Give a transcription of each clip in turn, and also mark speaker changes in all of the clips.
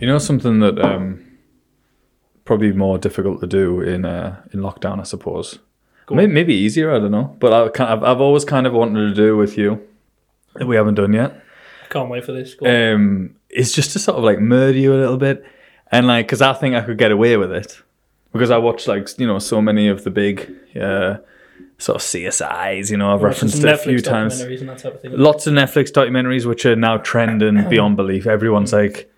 Speaker 1: You know something that um, probably more difficult to do in uh, in lockdown, I suppose. Maybe, maybe easier, I don't know. But I can I've, I've always kind of wanted to do with you that we haven't done yet.
Speaker 2: Can't wait for this. Go on.
Speaker 1: Um, is just to sort of like murder you a little bit, and like because I think I could get away with it because I watch like you know so many of the big uh, sort of CSIs. You know, I've
Speaker 2: Watch some
Speaker 1: referenced it a few
Speaker 2: Netflix
Speaker 1: times.
Speaker 2: documentaries and that type of thing.
Speaker 1: lots of Netflix documentaries which are now trending beyond belief. Everyone's
Speaker 2: Mm.
Speaker 1: like,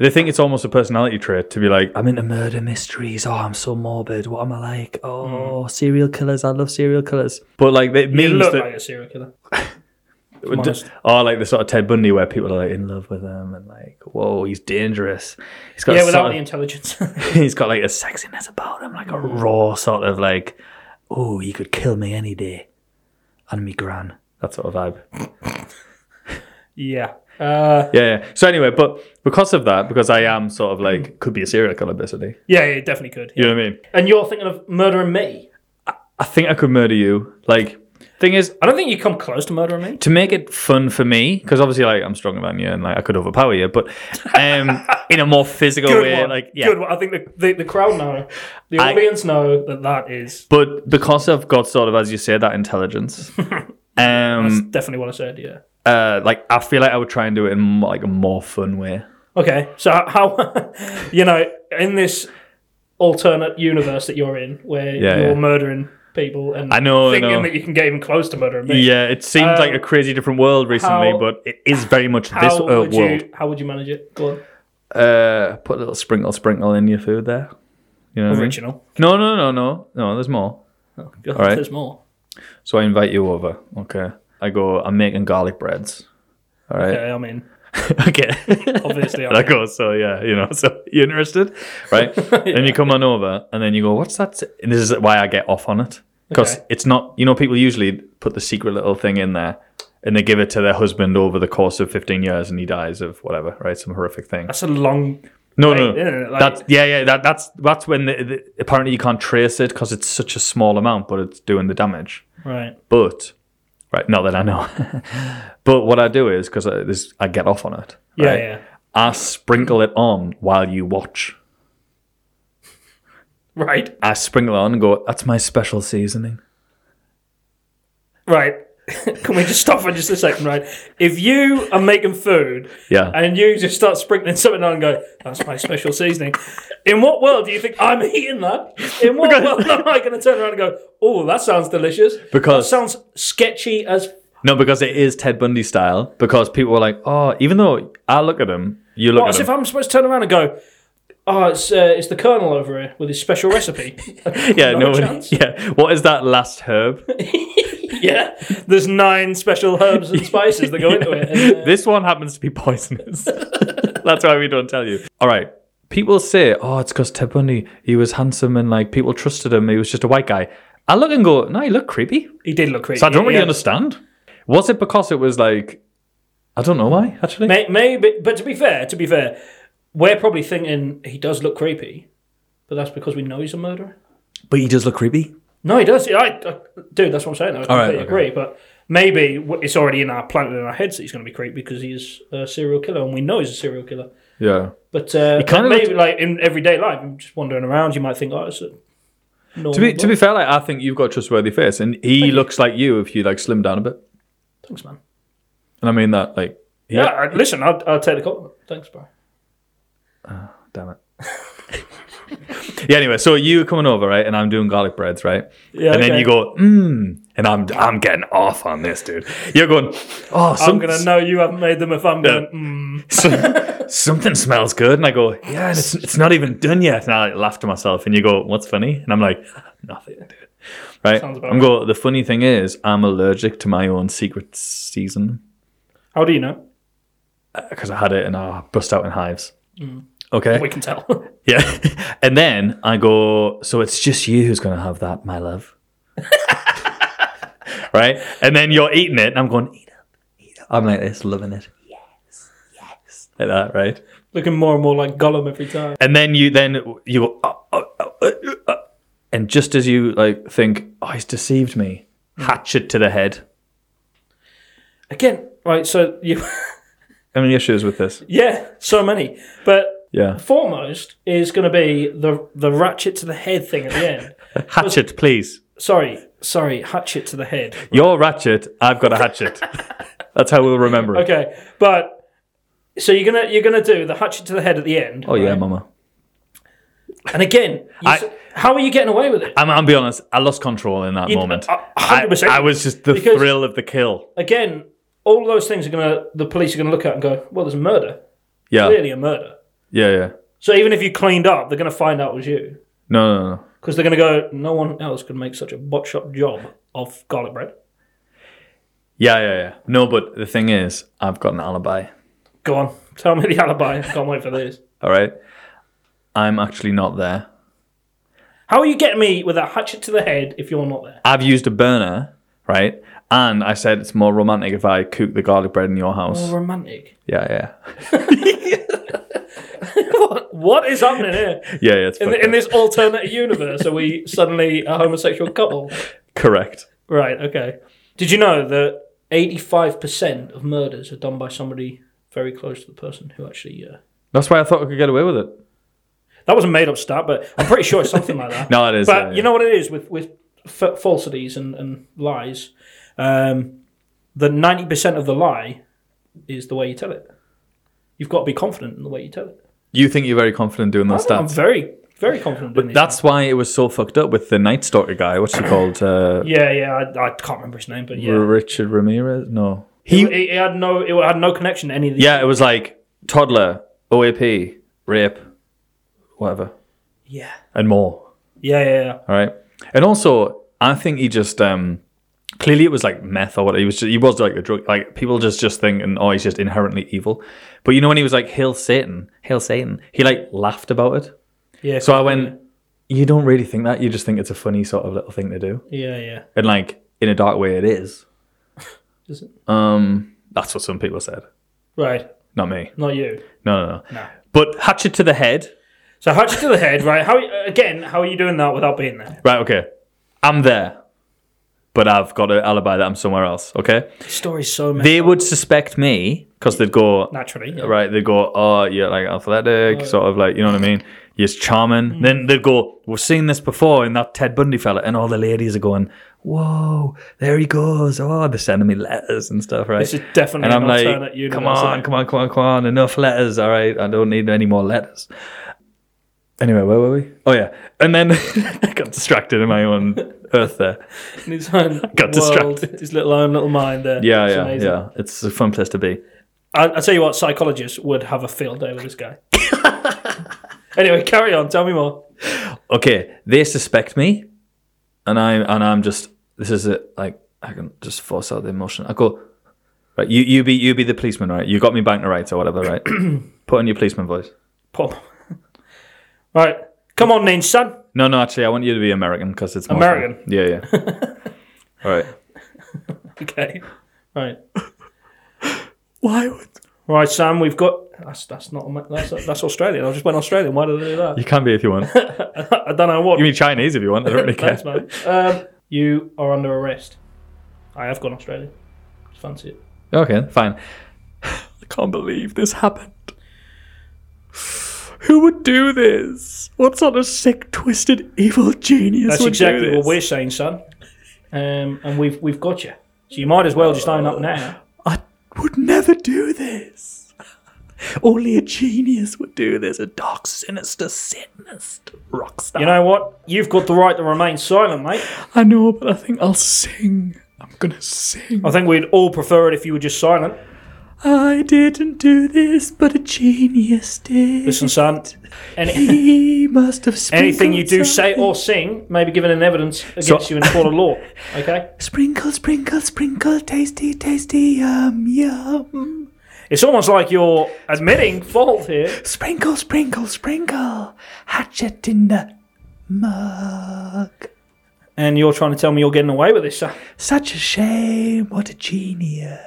Speaker 1: they think it's almost a personality trait to be like, I'm into murder mysteries. Oh, I'm so morbid. What am I
Speaker 2: Mm.
Speaker 1: like? Oh, serial killers. I love serial killers. But like, it
Speaker 2: You
Speaker 1: means
Speaker 2: look
Speaker 1: that.
Speaker 2: like a serial killer. I'm honest.
Speaker 1: or like the sort of Ted Bundy where people are like in love with him and like, whoa, he's dangerous. He's got
Speaker 2: Yeah,
Speaker 1: a
Speaker 2: without
Speaker 1: sort
Speaker 2: the Mm.
Speaker 1: of-
Speaker 2: intelligence.
Speaker 1: he's got like a sexiness about him, like a raw sort of like, oh, he could kill me any day. And me gran. That sort of vibe.
Speaker 2: yeah. Uh,
Speaker 1: Yeah, yeah. So anyway, but because of that, because I am sort of like could be a serial killer basically.
Speaker 2: yeah, Mm. yeah, definitely could.
Speaker 1: You know what I mean?
Speaker 2: And you're thinking of murdering me.
Speaker 1: I think I could murder you. Like thing is,
Speaker 2: I don't think you come close to murdering me.
Speaker 1: to make it fun for me, because obviously like I'm stronger than you and like I could overpower you, but um in a more physical
Speaker 2: Good
Speaker 1: way,
Speaker 2: one.
Speaker 1: like yeah.
Speaker 2: Good one. I think the, the, the crowd know, the
Speaker 1: I-
Speaker 2: audience know that that is
Speaker 1: But because I've got sort of as you say that intelligence, um
Speaker 2: definitely what I said. Yeah.
Speaker 1: uh like I feel like I would try and do it in more, like a more fun way.
Speaker 2: Okay. So how, you know, in this alternate universe that you're in, where
Speaker 1: Yeah,
Speaker 2: you're
Speaker 1: yeah.
Speaker 2: murdering people and
Speaker 1: I know, I
Speaker 2: thinking
Speaker 1: know.
Speaker 2: that you can get even close to murdering me.
Speaker 1: Yeah, it seemed
Speaker 2: Um,
Speaker 1: like a crazy different world recently,
Speaker 2: how-
Speaker 1: but it is very much this
Speaker 2: How
Speaker 1: uh,
Speaker 2: would
Speaker 1: world. Mm-hmm.
Speaker 2: you? How would you manage it? Go on.
Speaker 1: Uh, put a little sprinkle, sprinkle in your food there. You know what I mean?
Speaker 2: Original.
Speaker 1: No, no, no, no, no. There's more.
Speaker 2: Oh, God,
Speaker 1: right.
Speaker 2: There's more.
Speaker 1: So I invite you over. Okay. I go. I'm making garlic breads. All right.
Speaker 2: Okay, I mean,
Speaker 1: Okay.
Speaker 2: obviously,
Speaker 1: and I
Speaker 2: I'm
Speaker 1: go. So yeah, you know. So you interested, right? And you come on over, and then you go. What's that? And this is why I get off on it because
Speaker 2: Okay.
Speaker 1: it's not. You know, people usually put the secret little thing in there. And they give it to their husband over the course of 15 years and he dies of whatever, right? Some horrific thing.
Speaker 2: that's a long.
Speaker 1: No,
Speaker 2: Like,
Speaker 1: no, no.
Speaker 2: yeah, like-
Speaker 1: that's yeah, yeah. That, that's that's when the, the, apparently you can't trace it because it's such a small amount, but it's doing the damage.
Speaker 2: Right.
Speaker 1: But right, not that I know. but what I do is because I, this- I get off on it.
Speaker 2: Yeah,
Speaker 1: right?
Speaker 2: yeah.
Speaker 1: I sprinkle it on while you watch.
Speaker 2: Right.
Speaker 1: I sprinkle it on and go. That's my special seasoning.
Speaker 2: Right. Can we just stop for just a second, right? If you are making food
Speaker 1: Yeah.
Speaker 2: and you just start sprinkling something on and go, that's my special seasoning, in what world do you think I'm eating that? In what world am I going to turn around and go, oh, that sounds delicious?
Speaker 1: Because-
Speaker 2: That sounds sketchy as.
Speaker 1: no, because it is Ted Bundy style. Because people are like, oh, even though I look at him, you look
Speaker 2: As
Speaker 1: at
Speaker 2: if
Speaker 1: him.
Speaker 2: I'm supposed to turn around and go, oh, it's, uh, it's the Colonel over here with his special recipe.
Speaker 1: yeah,
Speaker 2: no
Speaker 1: no, one-
Speaker 2: chance.
Speaker 1: yeah. What is that last herb?
Speaker 2: yeah. There's nine special herbs and spices that go into it. And, uh,
Speaker 1: this one happens to be poisonous. That's why we don't tell you. All right. People say, oh, it's because Ted Bundy, he was handsome and like people trusted him. He was just a white guy. I look and go, no, he looked creepy.
Speaker 2: he did look creepy.
Speaker 1: So I don't really
Speaker 2: Yeah.
Speaker 1: understand. Was it because it was like, I don't know why, actually?
Speaker 2: May- Maybe, but to be fair, to be fair, we're probably thinking he does look creepy, but that's because we know he's a murderer.
Speaker 1: But he does look creepy.
Speaker 2: No, he does. I, I- dude, that's what I'm saying. I
Speaker 1: right,
Speaker 2: completely
Speaker 1: okay.
Speaker 2: agree, but maybe w- it's already in our planted in our heads that he's going to be creepy because he's a serial killer, and we know he's a serial killer.
Speaker 1: Yeah.
Speaker 2: But, uh, but
Speaker 1: kinda
Speaker 2: maybe like in everyday life, I'm just wandering around. You might think, oh, it's a normal.
Speaker 1: To be, to be fair, like, I think you've got a trustworthy face and he looks like you if you like slim down a bit.
Speaker 2: thanks, man.
Speaker 1: And I mean that, like,
Speaker 2: Yeah, I- listen, I'll, I'll take the compliment. Thanks, bro.
Speaker 1: Damn it. yeah. Anyway, so you coming over, right? And I'm doing garlic breads, right?
Speaker 2: Yeah,
Speaker 1: And then
Speaker 2: okay.
Speaker 1: you go, mmm, and I'm I'm getting off on this, dude. You're going, oh, some,
Speaker 2: I'm gonna know you haven't made them if I'm going. Mm.
Speaker 1: some- something smells good, and I go, yeah, and it's it's not even done yet. And I like, laugh to myself, and you go, what's funny? And I'm like, nothing, dude. Right?
Speaker 2: Sounds about
Speaker 1: I'm go. The funny thing is, I'm allergic to my own secret season
Speaker 2: How do you know?
Speaker 1: because I had it, and I bust out in hives.
Speaker 2: Mm.
Speaker 1: Okay.
Speaker 2: We can tell.
Speaker 1: Yeah. And then I go, so it's just you who's going to have that, my love. right? And then you're eating it, and I'm going, eat up, eat up. I'm like this, loving it. Yes, yes. Like that, right?
Speaker 2: Looking more and more like Gollum every time.
Speaker 1: And then you then you go, oh, oh, oh, uh, uh," and just as you like think, oh, he's deceived me, hatchet to the head.
Speaker 2: Again, right? So you,
Speaker 1: How many issues with this?
Speaker 2: yeah, so many. But
Speaker 1: Yeah.
Speaker 2: Foremost is going to be the the ratchet to the head thing at the end.
Speaker 1: Hatchet, please.
Speaker 2: sorry, sorry, hatchet to the head.
Speaker 1: Your ratchet. I've got a hatchet. That's how we'll remember it.
Speaker 2: Okay, but so you're gonna you're gonna do the hatchet to the head at the end.
Speaker 1: Oh yeah,
Speaker 2: right?
Speaker 1: mama.
Speaker 2: and again, you
Speaker 1: I-
Speaker 2: s- how are you getting away with it?
Speaker 1: I'm, I'll be honest. I lost control in that moment.
Speaker 2: a- a
Speaker 1: I,
Speaker 2: hundred percent.
Speaker 1: I was just the
Speaker 2: Because-
Speaker 1: thrill of the kill.
Speaker 2: Again, all those things are gonna the police are gonna look at and go, well, there's murder,
Speaker 1: Yeah,
Speaker 2: clearly a murder.
Speaker 1: yeah, yeah.
Speaker 2: So even if you cleaned up, they're gonna find out it was you
Speaker 1: No, no, no.
Speaker 2: because they're gonna go, no one else could make such a botch up job of garlic bread.
Speaker 1: Yeah, yeah, yeah. No, but the thing is, I've got an alibi.
Speaker 2: Go on, tell me the alibi. I can't wait for this.
Speaker 1: All right, I'm actually not there.
Speaker 2: How are you getting me with a hatchet to the head if you're not there?
Speaker 1: I've used a burner, right? And I said it's more romantic if I cook the garlic bread in your house.
Speaker 2: Romantic.
Speaker 1: Yeah, yeah,
Speaker 2: What, what is happening here?
Speaker 1: yeah, yeah. It's
Speaker 2: In,
Speaker 1: fucked
Speaker 2: in
Speaker 1: up.
Speaker 2: this alternate universe, are we suddenly a homosexual couple?
Speaker 1: correct.
Speaker 2: Right, okay. Did you know that 85% of murders are done by somebody very close to the person who actually. Uh,
Speaker 1: That's why I thought I could get away with it.
Speaker 2: that was a made up stat, but I'm pretty sure it's something like that.
Speaker 1: No, it is. uh,
Speaker 2: But
Speaker 1: yeah, yeah.
Speaker 2: you know what it is with, with f- falsities and, and lies? Um, the 90% of the lie is the way you tell it. You've got to be confident in the way you tell it.
Speaker 1: you think you're very confident doing those
Speaker 2: I'm
Speaker 1: stats.
Speaker 2: very, very confident in these
Speaker 1: That's why it was so fucked up with the Night Stalker guy. What's he called? Uh,
Speaker 2: Yeah, yeah, I, I can't remember his name, but yeah,
Speaker 1: Richard Ramirez? No.
Speaker 2: he,
Speaker 1: He.
Speaker 2: it, it had no, it had no connection to any of these.
Speaker 1: yeah, it was like toddler, OAP, rape, whatever,
Speaker 2: yeah,
Speaker 1: and more.
Speaker 2: yeah, yeah, yeah.
Speaker 1: All right. And also, I think he just um, clearly it was like meth or whatever. He was just, he was like a drug. Like people just just think, and oh, he's just inherently evil. But you know when he was like, "Hail Satan, hail Satan," he like laughed about it.
Speaker 2: yeah
Speaker 1: So I went, "You don't really think that. You just think it's a funny sort of little thing to do."
Speaker 2: yeah, yeah.
Speaker 1: And like in a dark way, it is.
Speaker 2: Is it?
Speaker 1: Um, that's what some people said.
Speaker 2: Right,
Speaker 1: Not me.
Speaker 2: not you.
Speaker 1: No, no, no.
Speaker 2: No.
Speaker 1: But hatchet to the head.
Speaker 2: So hatchet to the head, right? How again? How are you doing that without being there?
Speaker 1: Right. Okay. I'm there, but I've got an alibi that I'm somewhere else. Okay.
Speaker 2: The story's so messed
Speaker 1: They would suspect me because they'd go
Speaker 2: naturally. Yeah.
Speaker 1: right. They'd go, oh, you're like athletic, sort of like you know what I mean. You're charming.
Speaker 2: Mm.
Speaker 1: Then they'd go, we've seen this before in that Ted Bundy fella, and all the ladies are going, whoa, there he goes. Oh, they're sending me letters and stuff, right?
Speaker 2: This is definitely
Speaker 1: and I'm
Speaker 2: an
Speaker 1: like,
Speaker 2: alternate universe.
Speaker 1: come on, come on, come on, come on, enough letters, all right, I don't need any more letters. Anyway, where were we? Oh yeah, and then I got distracted in my own earth there.
Speaker 2: In his own
Speaker 1: Got
Speaker 2: world,
Speaker 1: distracted.
Speaker 2: his little own little mind there.
Speaker 1: Yeah,
Speaker 2: It's
Speaker 1: yeah,
Speaker 2: amazing.
Speaker 1: yeah. It's a fun place to be.
Speaker 2: I, I tell you what, psychologists would have a field day with this guy. anyway, carry on. Tell me more.
Speaker 1: Okay, they suspect me, and I and I'm just this is it. Like I can just force out the emotion. I go, right, you you be you be the policeman, right? You got me bank to rights or whatever, right? Put on your policeman voice.
Speaker 2: Pop. right, come on, then, son.
Speaker 1: No, no, actually, I want you to be American because it's more fun.
Speaker 2: American?
Speaker 1: Yeah, yeah. all right.
Speaker 2: Okay. Right.
Speaker 1: Why would
Speaker 2: Right, Sam, we've got. That's that's not that's that's Australian. I just went Australian. Why did I do that?
Speaker 1: You can be if you want.
Speaker 2: I don't know what.
Speaker 1: You mean Chinese if you want. I don't really care.
Speaker 2: Thanks, man. Um, you are under arrest. I have gone Australian. Just fancy it.
Speaker 1: Okay, fine. I can't believe this happened. Who would do this? What sort of sick, twisted, evil genius
Speaker 2: That's
Speaker 1: would
Speaker 2: exactly
Speaker 1: do
Speaker 2: what
Speaker 1: this?
Speaker 2: we're saying, son. Um, and we've we've got you. So you might as well just own up now.
Speaker 1: I would never do this. Only a genius would do this. A dark, sinister, sinister rock star.
Speaker 2: You know what? You've got the right to remain silent, mate.
Speaker 1: I know, but I think I'll sing. I'm gonna sing.
Speaker 2: I think we'd all prefer it if you were just silent.
Speaker 1: I didn't do this, but a genius did.
Speaker 2: Listen, son. Any,
Speaker 1: He must have
Speaker 2: anything you do say or sing may be given in evidence against you in a court of law. Okay.
Speaker 1: Sprinkle, sprinkle, sprinkle, tasty, tasty, yum, yum.
Speaker 2: It's almost like you're admitting fault here.
Speaker 1: Sprinkle, sprinkle, sprinkle, hatchet in the mug.
Speaker 2: and you're trying to tell me you're getting away with this. There
Speaker 1: Such a shame, what a genius.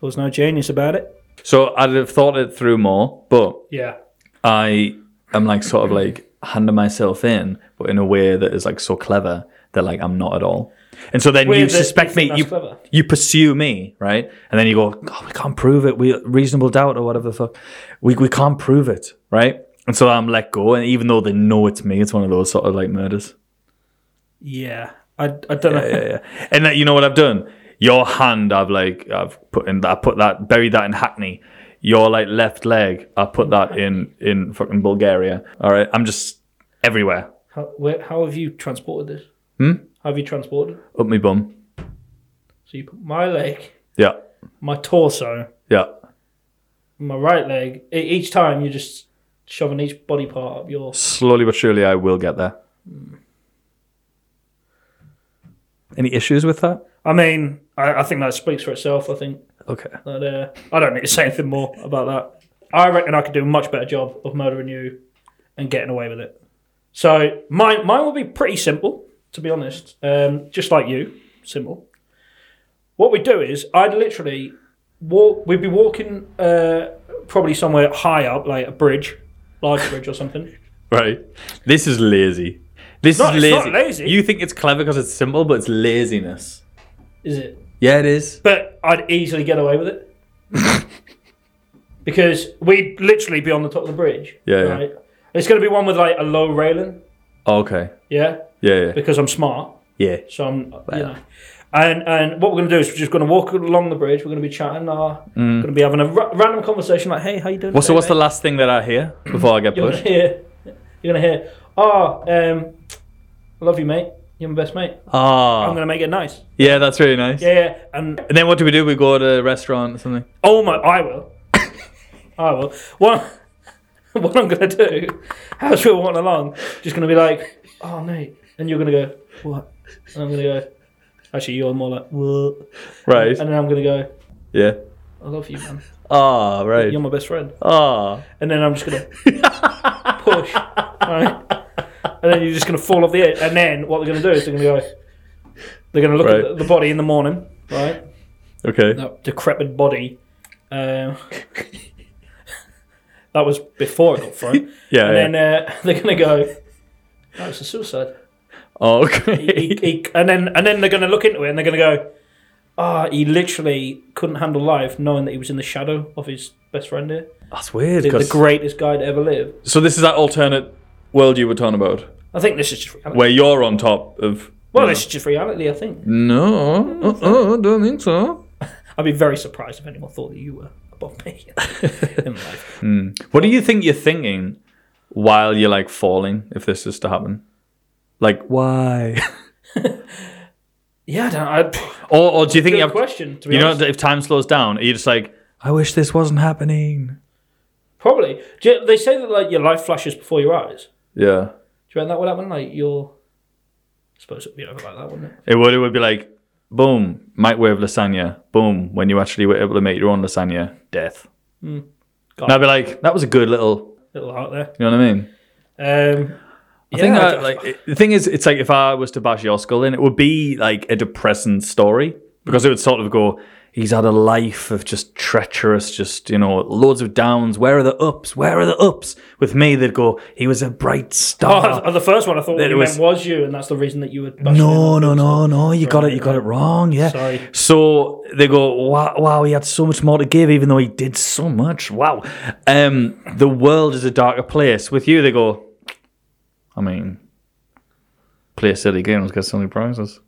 Speaker 2: was no genius about it.
Speaker 1: So I'd have thought it through more, but
Speaker 2: Yeah.
Speaker 1: I am like sort of like handing myself in, but in a way that is like so clever that like I'm not at all. And so then
Speaker 2: Weird
Speaker 1: you
Speaker 2: that you
Speaker 1: suspect
Speaker 2: think
Speaker 1: me,
Speaker 2: that's
Speaker 1: you
Speaker 2: clever.
Speaker 1: you pursue me, right? And then you go, oh, we can't prove it. We reasonable doubt or whatever the fuck. We we can't prove it, right? And so I'm let go, and even though they know it's me, it's one of those sort of like murders.
Speaker 2: Yeah, I, I don't know.
Speaker 1: Yeah, yeah. And that, you know what I've done? Your hand, I've like, I've put in, I put that, buried that in Hackney. Your like left leg, I put that in in fucking Bulgaria. All right, I'm just everywhere
Speaker 2: How, where, how have you transported this?
Speaker 1: Hmm?
Speaker 2: How have you transported?
Speaker 1: up my bum.
Speaker 2: So you put my leg,
Speaker 1: Yeah,
Speaker 2: my torso,
Speaker 1: yeah,
Speaker 2: my right leg. E- Each time you're just shoving each body part up your.
Speaker 1: slowly but surely, I will get there. Any issues with that?
Speaker 2: I mean, I, I think that speaks for itself. I think
Speaker 1: Okay.
Speaker 2: that uh, I don't need to say anything more about that. I reckon I could do a much better job of murdering you and getting away with it. So mine, mine will be pretty simple, to be honest. Um, just like you, simple. What we do is I'd literally walk. We'd be walking uh, probably somewhere high up, like a bridge, large bridge or something.
Speaker 1: Right. This is lazy. This
Speaker 2: not-
Speaker 1: is
Speaker 2: it's
Speaker 1: lazy.
Speaker 2: not lazy.
Speaker 1: You think it's clever because it's simple, but it's laziness.
Speaker 2: Is it?
Speaker 1: Yeah, it is.
Speaker 2: But I'd easily get away with it because we'd literally be on the top of the bridge.
Speaker 1: Yeah, yeah.
Speaker 2: Right. It's going to be one with like a low railing.
Speaker 1: Okay.
Speaker 2: Yeah.
Speaker 1: Yeah, yeah.
Speaker 2: because I'm smart.
Speaker 1: Yeah.
Speaker 2: So I'm, you know. And and what we're going to do is we're just going to walk along the bridge. We're going to be chatting. Uh, Going to be having a ra- random conversation like, "Hey, how you doing?"
Speaker 1: Mm. What's, the
Speaker 2: today,
Speaker 1: what's the
Speaker 2: mate?"
Speaker 1: last thing that I hear before I get
Speaker 2: You're going
Speaker 1: pushed?
Speaker 2: to hear. You're going to hear. Oh, um, I love you, mate. You're my best mate. I'm
Speaker 1: Ah.
Speaker 2: going to make it nice.
Speaker 1: yeah, that's really nice.
Speaker 2: Yeah, yeah. And
Speaker 1: And then what do we do? We go to a restaurant or something.
Speaker 2: oh my, I will. I will. What? What I'm going to do? As we're walking along, just going to be like, "Oh, mate," and you're going to go, "What?" And I'm going to go. Actually, you're more like, "What?"
Speaker 1: Right.
Speaker 2: And then I'm going to go.
Speaker 1: Yeah.
Speaker 2: I love you, man.
Speaker 1: Ah, right.
Speaker 2: You're my best friend.
Speaker 1: Ah.
Speaker 2: And then I'm just gonna push, right? And then you're just gonna fall off the edge. And then what they're gonna do is they're gonna go. They're gonna look
Speaker 1: Right.
Speaker 2: at the, the body in the morning, right?
Speaker 1: Okay.
Speaker 2: That decrepit body. Um, that was before it got thrown.
Speaker 1: Yeah.
Speaker 2: And
Speaker 1: yeah.
Speaker 2: then uh, they're gonna go. That was a suicide.
Speaker 1: oh,
Speaker 2: He-
Speaker 1: okay.
Speaker 2: he- and then and then they're gonna look into it and they're gonna go. Ah, he literally couldn't handle life, knowing that he was in the shadow of his best friend here.
Speaker 1: that's weird.
Speaker 2: the, the
Speaker 1: 'cause-
Speaker 2: greatest guy to ever live.
Speaker 1: so this is that alternate world you were talking about,
Speaker 2: I think this is just reality.
Speaker 1: where you're on top of.
Speaker 2: well, this is just reality. I
Speaker 1: Mm.
Speaker 2: think
Speaker 1: No, uh-uh, don't think so.
Speaker 2: I'd be very surprised if anyone thought that you were above me in life.
Speaker 1: What do you think you're thinking while you're like falling if this is to happen? Like why?
Speaker 2: Yeah, I don't, I'd,
Speaker 1: or, or do you think
Speaker 2: good
Speaker 1: you have
Speaker 2: question. To be
Speaker 1: you know
Speaker 2: honest.
Speaker 1: if time slows down, are you just like I wish this wasn't happening?
Speaker 2: probably Do you- they say that like your life flashes before your eyes.
Speaker 1: Yeah.
Speaker 2: Do you reckon that would happen? Like your, I suppose it would be over like that, wouldn't it?
Speaker 1: It would it would be like boom, microwave lasagna, boom, when you actually were able to make your own lasagna, death.
Speaker 2: God.
Speaker 1: And I'd be like, that was a good little
Speaker 2: Little heart there.
Speaker 1: you know what I mean?
Speaker 2: Um,
Speaker 1: I think that, like it- the thing is, it's like if I was to bash your skull in, it would be like a depressing story because it would sort of go, he's had a life of just treacherous, just you know, loads of downs. Where are the ups? Where are the ups? With me, they'd go, he was a bright
Speaker 2: Oh,
Speaker 1: star.
Speaker 2: the first one I thought
Speaker 1: It
Speaker 2: you
Speaker 1: was-
Speaker 2: meant was you, and that's the reason that you would.
Speaker 1: no, no, no, no, you got it, you got it wrong. Yeah.
Speaker 2: Sorry.
Speaker 1: So they go, wow, wow, he had so much more to give, even though he did so much. Wow. Um, the world is a darker place. With you, they go, I mean, play silly games, get so many prizes.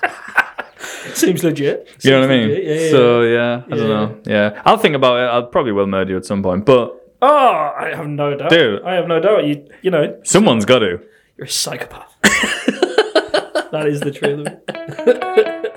Speaker 2: Seems legit.
Speaker 1: You know what I
Speaker 2: Seems
Speaker 1: mean?
Speaker 2: legit, Yeah, yeah, yeah.
Speaker 1: so, yeah, I
Speaker 2: Yeah.
Speaker 1: don't know. Yeah. I'll think about it. I probably will murder you at some point, but
Speaker 2: Oh, I have no doubt.
Speaker 1: Dude.
Speaker 2: I have no doubt. You, you know,
Speaker 1: someone's got to.
Speaker 2: You're a psychopath. that is the truth of it.